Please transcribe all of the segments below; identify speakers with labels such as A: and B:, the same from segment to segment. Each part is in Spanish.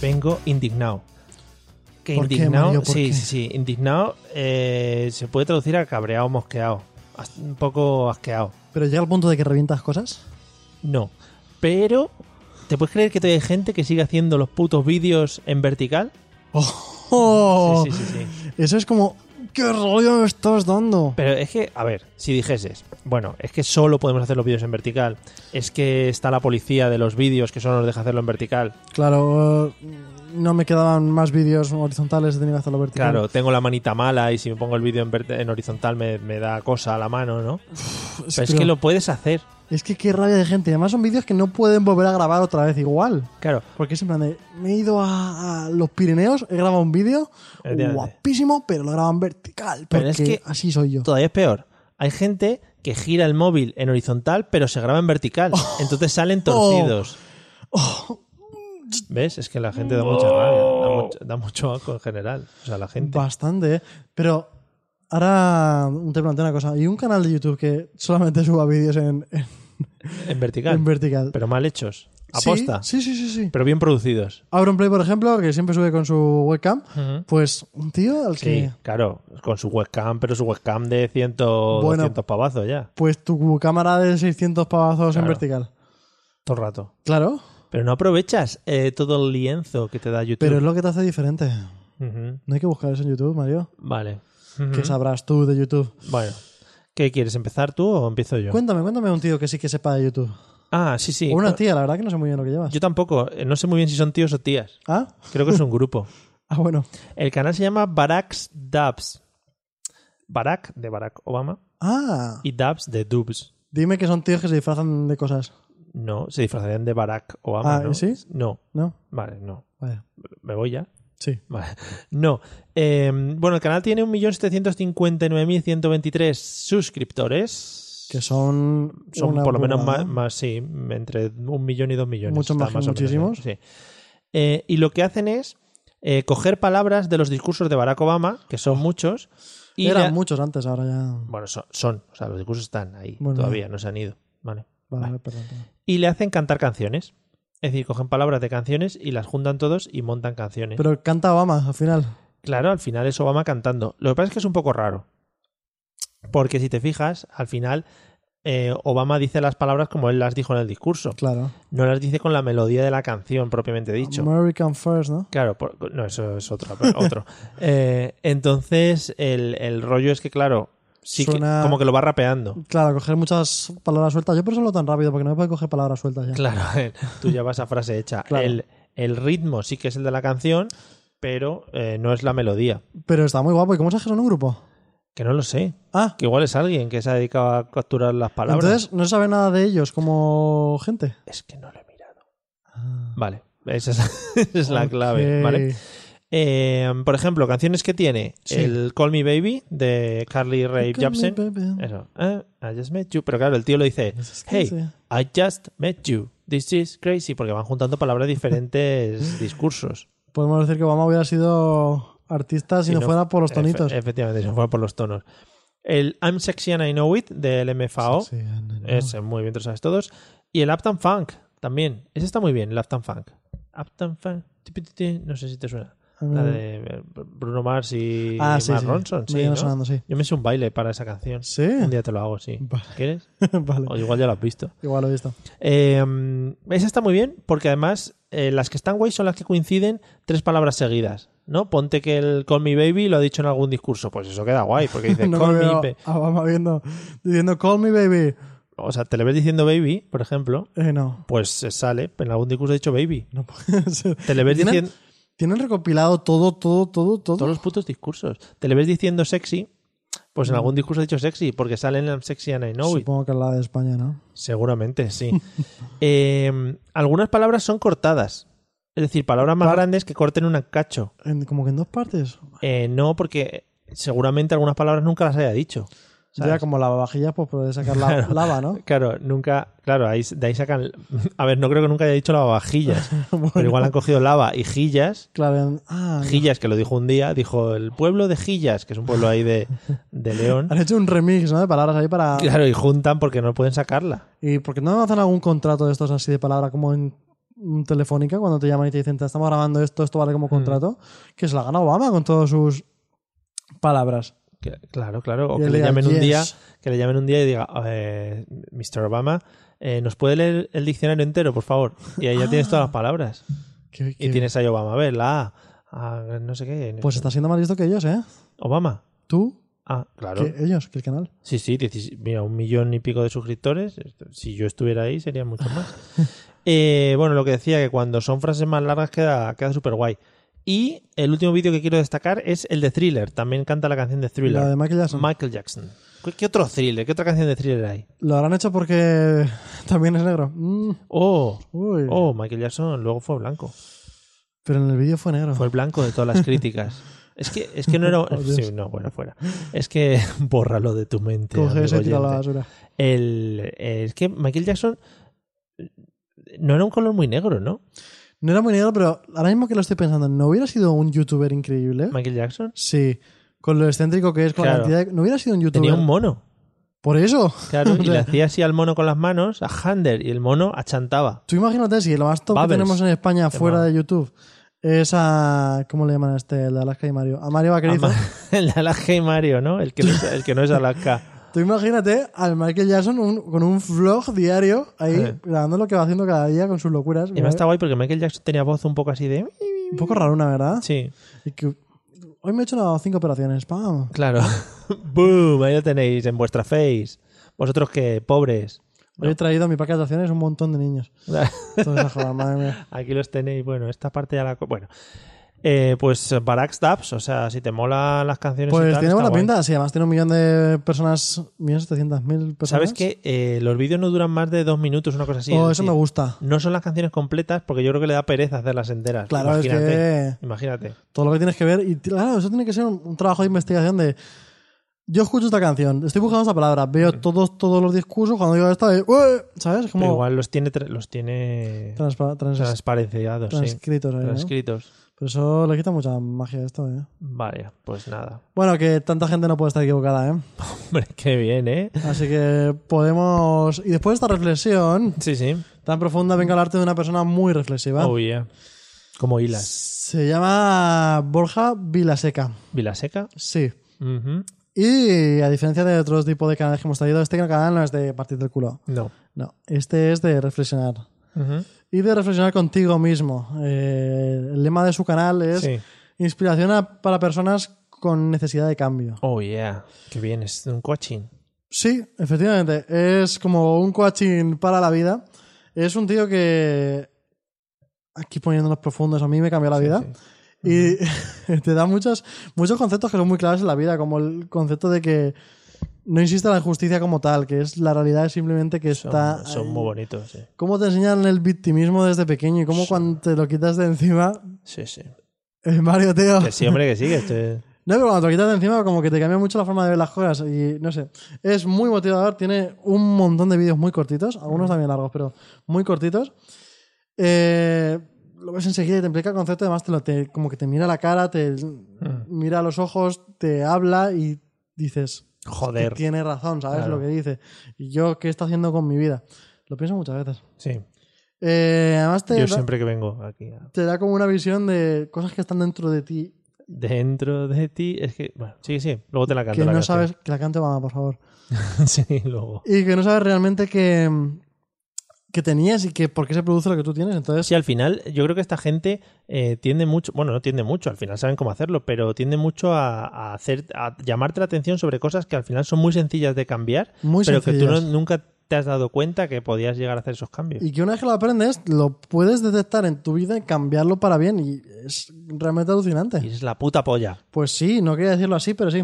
A: vengo indignado. Que
B: ¿Por qué,
A: indignado,
B: Mario? ¿Por
A: sí,
B: qué?
A: sí, sí, indignado eh, se puede traducir a cabreado, mosqueado, as- un poco asqueado.
B: Pero llega al punto de que revientas cosas.
A: No, pero ¿te puedes creer que todavía hay gente que sigue haciendo los putos vídeos en vertical?
B: ¡Oh!
A: Sí, sí, sí, sí.
B: Eso es como, ¿qué rollo me estás dando?
A: Pero es que, a ver, si dijeses, bueno, es que solo podemos hacer los vídeos en vertical, es que está la policía de los vídeos que solo nos deja hacerlo en vertical,
B: Claro, eh, no me quedaban más vídeos horizontales, he tenido que hacerlo vertical.
A: claro, tengo la manita mala y si me pongo el vídeo en, vert- en horizontal me, me da cosa a la mano, ¿no?
B: Sí,
A: Pero es
B: pero-
A: que lo puedes hacer,
B: es que qué rabia de gente. Además son vídeos que no pueden volver a grabar otra vez igual.
A: claro.
B: Porque es en plan de, me he ido a, a los Pirineos, he grabado un vídeo
A: Efectivamente.
B: guapísimo, pero lo graban vertical. Porque
A: Pero es que-
B: así soy yo.
A: Todavía es peor. Hay gente que gira el móvil en horizontal, pero se graba en vertical.
B: Oh.
A: Entonces salen torcidos. ¿Ves? Es que la gente da mucha rabia. Da
B: Oh.
A: mucho, da mucho asco en general. O sea, la gente.
B: Bastante, ¿eh? Pero ahora te planteo una cosa. Hay un canal de YouTube que solamente suba vídeos en, en-
A: En vertical.
B: en vertical.
A: Pero mal hechos.
B: Sí,
A: Aposta.
B: Sí, sí, sí, sí.
A: Pero bien producidos.
B: Auronplay, por ejemplo, que siempre sube con su webcam,
A: Ujú.
B: pues un tío al
A: Sí,
B: que...
A: claro. Con su webcam, pero su webcam de 100,
B: Bueno.
A: 200 pavazos ya.
B: Pues tu cámara de 600 pavazos en
A: Claro.
B: vertical.
A: Todo el rato.
B: Claro,
A: Pero no aprovechas eh, todo el lienzo que te da YouTube.
B: pero es lo que te hace diferente.
A: Ujú.
B: No hay que buscar eso en YouTube, Mario.
A: Vale.
B: ¿Qué
A: Ujú.
B: sabrás tú de YouTube?
A: Bueno. ¿Qué quieres? ¿Empezar tú o empiezo yo?
B: Cuéntame, cuéntame un tío que sí que sepa de YouTube.
A: Ah, sí, sí.
B: o una
A: Con-
B: tía, la verdad que no sé muy bien lo que llevas.
A: Yo tampoco. Eh, No sé muy bien si son tíos o tías.
B: ¿Ah?
A: Creo que es un grupo.
B: ah, bueno.
A: El canal se llama Barack's Dubs. Barack, de Barack Obama,
B: Ah,
A: y Dubs, de Dubs.
B: dime que son tíos que se disfrazan de cosas,
A: No, se disfrazarían de Barack Obama,
B: Ah,
A: ¿no?
B: ¿sí?
A: No,
B: ¿no?
A: vale, no.
B: Vaya,
A: ¿Me voy ya?
B: sí.
A: Vale. No. Eh, bueno, el canal tiene 1.759.123 suscriptores.
B: Que son.
A: son
B: una
A: por lo menos
B: burrada,
A: más,
B: ¿no?
A: más, sí, entre un millón y dos millones.
B: Mucho
A: está
B: más que
A: o menos ahí,
B: muchísimos.
A: sí. Eh, y lo que hacen es eh, coger palabras de los discursos de Barack Obama, que son muchos, y
B: Eran
A: la-
B: muchos antes, ahora ya.
A: bueno, son, son, o sea, los discursos están ahí
B: Bueno,
A: todavía, no se han ido. Vale.
B: Vale,
A: Vale.
B: perdón, perdón.
A: Y le hacen cantar canciones. Es decir, cogen palabras de canciones y las juntan todos y montan canciones.
B: Pero canta Obama al final.
A: Claro, al final es Obama cantando. Lo que pasa es que es un poco raro. Porque si te fijas, al final eh, Obama dice las palabras como él las dijo en el discurso.
B: Claro.
A: No las dice con la melodía de la canción propiamente dicho.
B: American First, ¿no?
A: Claro, por- no, eso es otro. otro. Eh, entonces, el, el rollo es que, claro, sí que-
B: Suena-
A: como que lo va rapeando.
B: Claro, coger muchas palabras sueltas. Yo por eso lo tan rápido, porque no me puedo coger palabras sueltas ya.
A: Claro, el- tú ya vas a frase hecha.
B: Claro.
A: El, el ritmo sí que es el de la canción, pero eh, no es la melodía.
B: Pero está muy guapo. ¿Y cómo se hace en un grupo?
A: Que no lo sé.
B: Ah,
A: Que igual es alguien que se ha dedicado a capturar las palabras.
B: entonces no se sabe nada de ellos como gente.
A: Es que no lo he mirado. Vale, esa es, esa es la clave.
B: Ok.
A: ¿vale? Eh, por ejemplo, canciones que tiene
B: Sí.
A: el Call Me Baby de Carly Rae
B: Look at me,
A: Jepsen.
B: baby.
A: Eso. Eh, I just met you. Pero claro, el tío lo dice,
B: This is
A: hey,
B: crazy.
A: I just met you. This is crazy. Porque van juntando palabras de diferentes discursos.
B: Podemos decir que Obama hubiera sido artista si,
A: Si
B: no,
A: no-
B: fuera por los
A: Efe-
B: tonitos.
A: efectivamente, se fue por los tonos. El I'm Sexy and I Know It del MFAO.
B: Sí, no, no.
A: Ese, muy bien, te lo sabes todos. Y el Uptown Funk también. Ese está muy bien, el Uptown Funk. Uptown Funk. ti, pi, ti, ti, No sé si te suena. La de eh, Bruno Mars y
B: Mm. Ah, sí,
A: Mark
B: sí.
A: Ronson.
B: Me
A: Sí,
B: viene
A: ¿no?
B: sonando, sí.
A: Yo me hice un baile para esa canción.
B: ¿Sí?
A: Un día te lo hago, sí.
B: Vale.
A: ¿Quieres?
B: vale.
A: O igual ya lo has visto.
B: Igual lo he visto.
A: Eh, esa está muy bien porque además eh, las que están guay son las que coinciden tres palabras seguidas. ¿no? Ponte que el Call Me Baby lo ha dicho en algún discurso. Pues eso queda guay porque dice
B: No me
A: Call Me
B: veo
A: Baby.
B: a Obama viendo, diciendo Call me baby.
A: o sea, te le ves diciendo baby, por ejemplo,
B: Eh, no.
A: pues se sale. En algún discurso he dicho baby.
B: No puede ser.
A: Te le ves
B: ¿Tienen?
A: diciendo
B: Tienen recopilado todo, todo, todo, todo.
A: todos los putos discursos. Te le ves diciendo sexy, pues en algún discurso he dicho sexy, porque sale en I'm sexy and I know it.
B: Mm. Supongo que es la de España, ¿no?
A: Seguramente, sí. Eh, algunas palabras son cortadas. Es decir, palabras más
B: Par-
A: grandes que corten un cacho.
B: En- como que en dos partes.
A: Eh, no, porque seguramente algunas palabras nunca las haya dicho. ¿sabes?
B: Ya como lavavajillas, pues poder sacar la,
A: Claro.
B: lava, ¿no?
A: Claro, nunca. Claro, ahí, de ahí sacan. A ver, no creo que nunca haya dicho lavavajillas. Pero igual han cogido lava y jillas.
B: Claro, en- ah,
A: Gillas, que lo dijo un día, dijo el pueblo de Gillas, que es un pueblo ahí de, de León.
B: han hecho un remix, ¿no? De palabras ahí para...
A: Claro, y juntan porque no pueden sacarla.
B: ¿Y por qué no hacen algún contrato de estos así de palabra como en en telefónica cuando te llaman y te dicen te estamos grabando esto, esto vale
A: Mm.
B: como contrato? Que se la gana Obama con todas sus palabras.
A: Que- Claro, claro. O
B: Y
A: que le
B: le digan,
A: llamen un
B: "Yes".
A: día, que le llamen un día y diga, eh, Mr. Obama, eh, ¿nos puede leer el diccionario entero, por favor? Y ahí ya tienes todas
B: Ah.
A: las palabras.
B: Que-
A: Y
B: que-
A: tienes ahí Obama, a ver, la A, a no sé qué.
B: Pues está siendo más listo que ellos, ¿eh?
A: Obama.
B: Tú,
A: Ah, claro.
B: que ellos, que el canal.
A: Sí, sí, 16 mira, un millón y pico de suscriptores. Esto- Si yo estuviera ahí, sería mucho más. Eh, bueno, lo que decía, que cuando son frases más largas queda, queda súper guay. Y el último vídeo que quiero destacar es el de Thriller. También canta la canción de Thriller.
B: La de Michael Jackson.
A: Michael Jackson. ¿Qué, qué otro Thriller? ¿Qué otra canción de Thriller hay?
B: Lo habrán hecho porque también es negro. Mm,
A: Oh,
B: uy.
A: oh, Michael Jackson luego fue blanco.
B: Pero en el vídeo fue negro.
A: Fue el blanco de todas las críticas. Es que, es que no era...
B: Oh, Dios.
A: sí, no, bueno, fuera. Es que bórralo de tu mente.
B: Coge
A: amigo
B: ese y tira a la
A: oyente.
B: basura.
A: El, eh, es que Michael Jackson no era un color muy negro, ¿no?
B: No era muy negro, pero ahora mismo que lo estoy pensando, ¿no hubiera sido un youtuber increíble?
A: Michael Jackson
B: Sí. Con lo excéntrico que es, con
A: Claro.
B: la cantidad de... ¿No hubiera sido un youtuber?
A: tenía un mono,
B: Por eso.
A: claro, y le hacía así al mono con las manos, a Hander, y el mono achantaba.
B: Tú imagínate si lo más top
A: Bubbles.
B: que tenemos en España fuera
A: Tema.
B: de YouTube es a... ¿Cómo le llaman a este? El de Alaska y Mario. A Mario Vaquerizo.
A: Ama- El Alaska y Mario, ¿no? El que no es, el que no es Alaska.
B: Tú imagínate al Michael Jackson un- con un vlog diario ahí
A: Sí.
B: grabando lo que va haciendo cada día con sus locuras.
A: Eh. Y además está guay porque Michael Jackson tenía voz un poco así de...
B: Un poco raruna, ¿verdad?
A: Sí,
B: Y que- Hoy me he hecho unas cinco operaciones. ¡Pam!
A: claro. ¡Boom! Ahí lo tenéis en vuestra face. Vosotros que pobres.
B: Hoy he traído a mi parque de atracciones un montón de niños. Toda esa joda, madre mía.
A: Aquí los tenéis. Bueno, esta parte ya la. co- Bueno, Eh, pues Barack Stabs, o sea, si te mola las canciones. y
B: Pues
A: tal,
B: tiene
A: está
B: buena
A: guay.
B: pinta, sí, además tiene un millón de personas, millón setecientas mil personas.
A: ¿Sabes qué? Eh, los vídeos no duran más de dos minutos, una cosa así.
B: oh,
A: es
B: eso
A: decir,
B: me gusta.
A: No son las canciones completas porque yo creo que le da pereza hacerlas enteras.
B: Claro, es
A: imagínate.
B: que
A: Imagínate.
B: todo lo que tienes que ver, y claro, eso tiene que ser un, un trabajo de investigación de... Yo escucho esta canción, estoy buscando esta palabra, veo todos, todos los discursos, cuando digo esta, eh, ¡eh! ¿sabes? Es
A: Mm. Pero
B: Como
A: igual los tiene, tra- los tiene
B: transpa- trans-
A: transparenciados, sí.
B: transcritos ahí, ¿no?
A: Transcritos.
B: Pero eso le quita mucha magia a esto, ¿eh?
A: Vale, pues nada.
B: Bueno, que tanta gente no puede estar equivocada, ¿eh?
A: Hombre, qué bien, ¿eh?
B: Así que podemos... Y después de esta reflexión
A: Sí, sí.
B: tan profunda, vengo a hablarte de una persona muy reflexiva.
A: Oh, yeah. Como hilas.
B: Se llama Borja Vilaseca.
A: Vilaseca.
B: Sí.
A: Ujú.
B: Y a diferencia de otros tipos de canales que hemos traído, este canal no es de partir del culo.
A: No.
B: No, este es de reflexionar.
A: Ujú.
B: Y de reflexionar contigo mismo. Eh, el lema de su canal es
A: Sí.
B: inspiración a- para personas con necesidad de cambio.
A: Oh, yeah. Qué bien, es un coaching.
B: Sí, efectivamente. Es como un coaching para la vida. Es un tío que. Aquí poniéndonos profundos, a mí me cambió la vida. Y te da muchos, muchos conceptos que son muy claves en la vida, como el concepto de que no existe la injusticia como tal, que es la realidad es simplemente que
A: Son,
B: está.
A: son
B: ahí.
A: muy bonitos, sí.
B: Cómo te enseñan el victimismo desde pequeño y cómo cuando te lo quitas de encima.
A: Sí, sí.
B: Eh, Mario, tío.
A: Que sí, hombre, que sí, que estoy-
B: No, pero cuando te lo quitas de encima, como que te cambia mucho la forma de ver las cosas. Y no sé. Es muy motivador. Tiene un montón de vídeos muy cortitos. Algunos también largos, pero muy cortitos. Eh, lo ves enseguida y te implica el concepto. Además, te lo, te- como que te mira la cara, te
A: Mm.
B: mira a los ojos, te habla y dices.
A: Joder.
B: Tiene razón, ¿sabes
A: Claro.
B: lo que dice? Y yo, ¿qué está haciendo con mi vida? Lo pienso muchas veces.
A: Sí.
B: Eh, además, te
A: Yo
B: da-
A: siempre que vengo aquí. a-
B: te da como una visión de cosas que están dentro de ti
A: Dentro de ti. Es que. Bueno, sí, sí. Luego te la canto.
B: que
A: la
B: no
A: canción.
B: sabes. Que la cante, mamá, por favor.
A: sí, luego.
B: y que no sabes realmente que mm, que tenías y que por qué se produce lo que tú tienes. Entonces,
A: Sí, al final yo creo que esta gente eh, tiende mucho, bueno, no tiende mucho, al final saben cómo hacerlo, pero tiende mucho a, a hacer, a llamarte la atención sobre cosas que al final son muy sencillas de cambiar,
B: muy
A: pero que tú no-
B: sencillas.
A: nunca te has dado cuenta que podías llegar a hacer esos cambios.
B: Y que una vez que lo aprendes, lo puedes detectar en tu vida y cambiarlo para bien. Y es realmente alucinante.
A: Y es la puta polla.
B: Pues sí, no quería decirlo así, pero sí.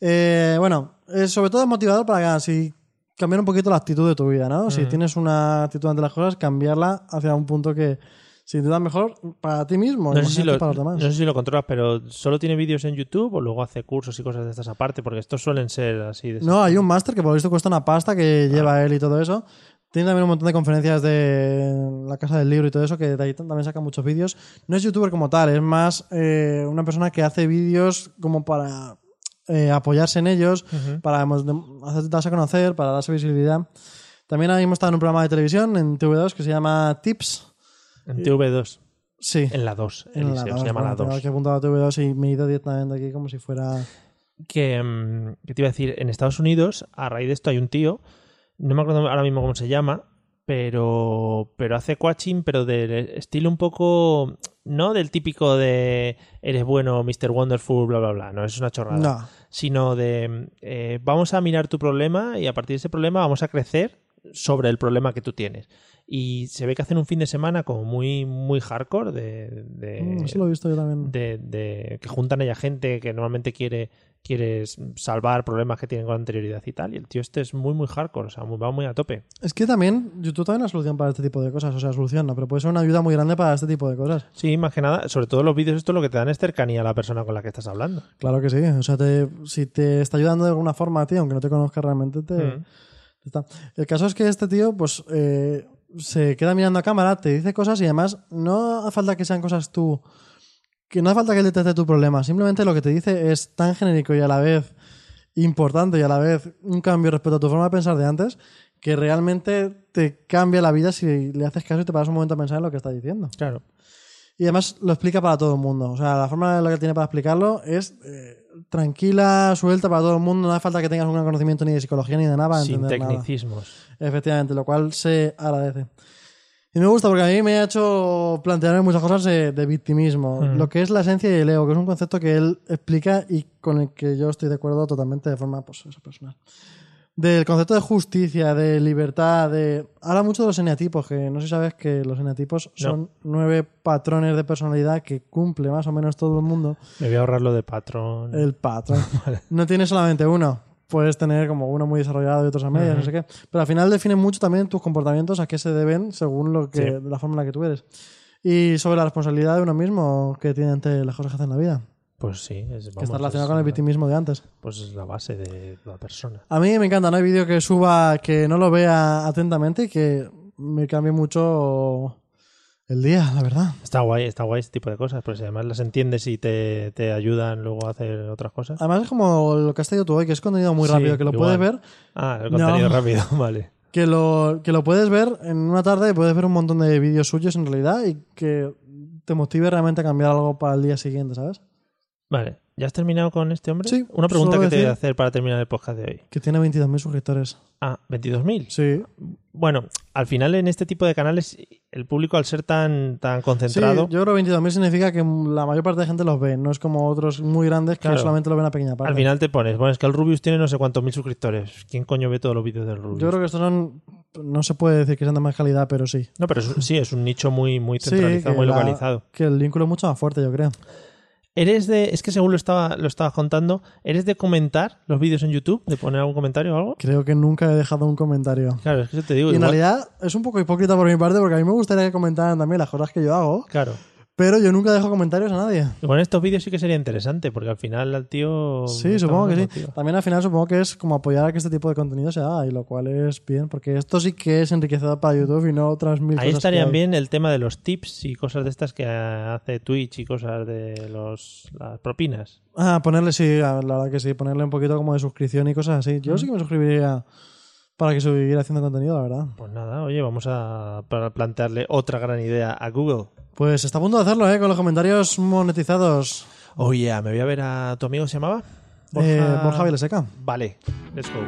B: Eh, bueno, eh, sobre todo es motivador para que, si cambiar un poquito la actitud de tu vida, ¿no? Si tienes una actitud ante las cosas, cambiarla hacia un punto que si te da mejor para ti mismo,
A: No sé,
B: imagínate
A: si lo,
B: para los demás.
A: no sé si lo controlas, pero solo tiene vídeos en YouTube o luego hace cursos y cosas de estas aparte, porque estos suelen ser así. De
B: No, hay un máster que por lo visto cuesta una pasta que
A: Ah.
B: lleva él y todo eso. Tiene también un montón de conferencias de la Casa del Libro y todo eso, que de ahí también saca muchos vídeos. No es youtuber como tal, es más eh, una persona que hace vídeos como para eh, apoyarse en ellos, para mos- dem- hacer- darse a conocer, para darse visibilidad. También ahora mismo está en un programa de televisión en TV2 que se llama Tips.
A: En TV2,
B: Sí.
A: en la 2,
B: En la
A: Eliseo,
B: dos,
A: se llama
B: bueno,
A: la
B: tengo
A: 2.
B: aquí apuntado TV2 y me he ido directamente aquí como si fuera...
A: que, mm, que te iba a decir, en Estados Unidos, a raíz de esto hay un tío, no me acuerdo ahora mismo cómo se llama, pero, pero hace coaching, pero del estilo un poco, no del típico de eres bueno, Mr. Wonderful, bla, bla, bla, no, eso es una chorrada,
B: No.
A: sino de eh, vamos a mirar tu problema y a partir de ese problema vamos a crecer sobre el problema que tú tienes. Y se ve que hacen un fin de semana como muy, muy hardcore de, de-
B: Mm, Eso lo he visto yo también.
A: de, de- que juntan a ella gente que normalmente quiere, quiere salvar problemas que tienen con anterioridad y tal. Y el tío este es muy, muy hardcore, o sea, muy- va muy a tope.
B: Es que también YouTube también es una solución para este tipo de cosas. O sea, solución no, pero puede ser una ayuda muy grande para este tipo de cosas.
A: Sí, más que nada, sobre todo los vídeos, esto lo que te dan es cercanía a la persona con la que estás hablando.
B: Claro que sí. O sea, te- si te está ayudando de alguna forma a ti, aunque no te conozca realmente, te,
A: Mm.
B: te está- El caso es que este tío, pues, eh, se queda mirando a cámara, te dice cosas y además no hace falta que sean cosas tú... Que no hace falta que él detecte tu problema. Simplemente lo que te dice es tan genérico y a la vez importante y a la vez un cambio respecto a tu forma de pensar de antes que realmente te cambia la vida si le haces caso y te paras un momento a pensar en lo que está diciendo.
A: Claro.
B: Y además lo explica para todo el mundo. O sea, la forma en la que tiene para explicarlo es eh, tranquila, suelta para todo el mundo. No hace falta que tengas un gran conocimiento ni de psicología ni de nada para
A: Sin
B: entender nada.
A: tecnicismos.
B: Efectivamente, lo cual se agradece. Y me gusta porque a mí me ha hecho plantearme muchas cosas de, de victimismo.
A: Ujú.
B: Lo que es la esencia y el ego, que es un concepto que él explica y con el que yo estoy de acuerdo totalmente de forma pues, eso, personal. Del concepto de justicia, de libertad, de... Habla mucho de los eneatipos, que no sé si sabes que los eneatipos
A: No.
B: son nueve patrones de personalidad que cumple más o menos todo el mundo.
A: Me voy a ahorrar lo de patrón.
B: El patrón. No tiene solamente uno. Puedes tener como uno muy desarrollado y otros a medias, no sé qué. Pero al final definen mucho también tus comportamientos a qué se deben según lo que, la forma en la que tú eres. Y sobre la responsabilidad de uno mismo que tiene ante las cosas que hace en la vida.
A: Pues sí, es,
B: que
A: vamos, ¿eh?
B: está relacionado
A: es
B: con el
A: la-
B: victimismo de antes.
A: Pues es la base de la persona.
B: A mí me encanta, no hay vídeo que suba que no lo vea atentamente y que me cambie mucho el día, la verdad.
A: Está guay, está guay este tipo de cosas, pero si además las entiendes y te, te ayudan luego a hacer otras cosas.
B: Además es como lo que has traído tú hoy, que es contenido muy
A: Sí,
B: rápido, que lo
A: igual.
B: puedes ver
A: Ah, el
B: No.
A: contenido rápido, vale.
B: que lo, que lo puedes ver en una tarde, puedes ver un montón de vídeos suyos en realidad y que te motive realmente a cambiar algo para el día siguiente, ¿sabes?
A: Vale, ¿ya has terminado con este hombre?
B: Sí,
A: Una pregunta
B: solo
A: que te voy a
B: decir-
A: hacer para terminar el podcast de hoy.
B: Que tiene 22.000 suscriptores.
A: Ah, 22.000.
B: Sí.
A: Bueno, al final en este tipo de canales el público al ser tan, tan
B: Sí,
A: concentrado...
B: yo creo que 22.000 significa que la mayor parte de gente los ve, no es como otros muy grandes que
A: Claro.
B: solamente lo ven a pequeña parte.
A: Al final te pones, bueno, es que el Rubius tiene no sé cuántos mil suscriptores. ¿Quién coño ve todos los vídeos del Rubius?
B: Yo creo que estos son, no se puede decir que sean de más calidad, pero sí.
A: No, pero es- sí, es un nicho muy, muy
B: Sí,
A: centralizado,
B: que
A: muy
B: la-
A: localizado.
B: Que el vínculo es mucho más fuerte, yo creo.
A: ¿Eres de, es que según lo estaba, lo estabas contando, ¿eres de comentar los vídeos en YouTube? ¿De poner algún comentario o algo?
B: Creo que nunca he dejado un comentario.
A: Claro, es que eso te digo.
B: Y en
A: igual-
B: realidad es un poco hipócrita por mi parte porque a mí me gustaría que comentaran también las cosas que yo hago,
A: Claro.
B: pero yo nunca dejo comentarios a nadie.
A: Igual en estos vídeos sí que sería interesante, porque al final al tío...
B: Sí,
A: Oh, está
B: supongo que sí.
A: hablando contigo.
B: También al final supongo que es como apoyar a que este tipo de contenido se haga, y lo cual es bien, porque esto sí que es enriquecedor para YouTube y no otras mil
A: Ahí
B: cosas que
A: estarían
B: hay.
A: bien el tema de los tips y cosas de estas que hace Twitch y cosas de los, las propinas.
B: Ah, ponerle, sí, la verdad que sí, ponerle un poquito como de suscripción y cosas así. Yo sí que me suscribiría para que siguiera haciendo contenido, la verdad.
A: Pues nada, oye, vamos a para plantearle otra gran idea a Google.
B: Pues está a punto de hacerlo, ¿eh? Con los comentarios monetizados.
A: Oye, me voy a ver a tu amigo, ¿se llamaba?
B: Borja, eh, Borja Vilaseca.
A: Vale, let's go.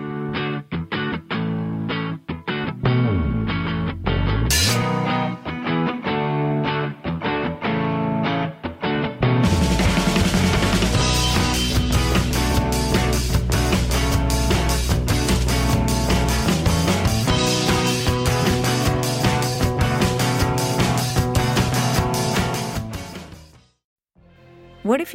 C: What if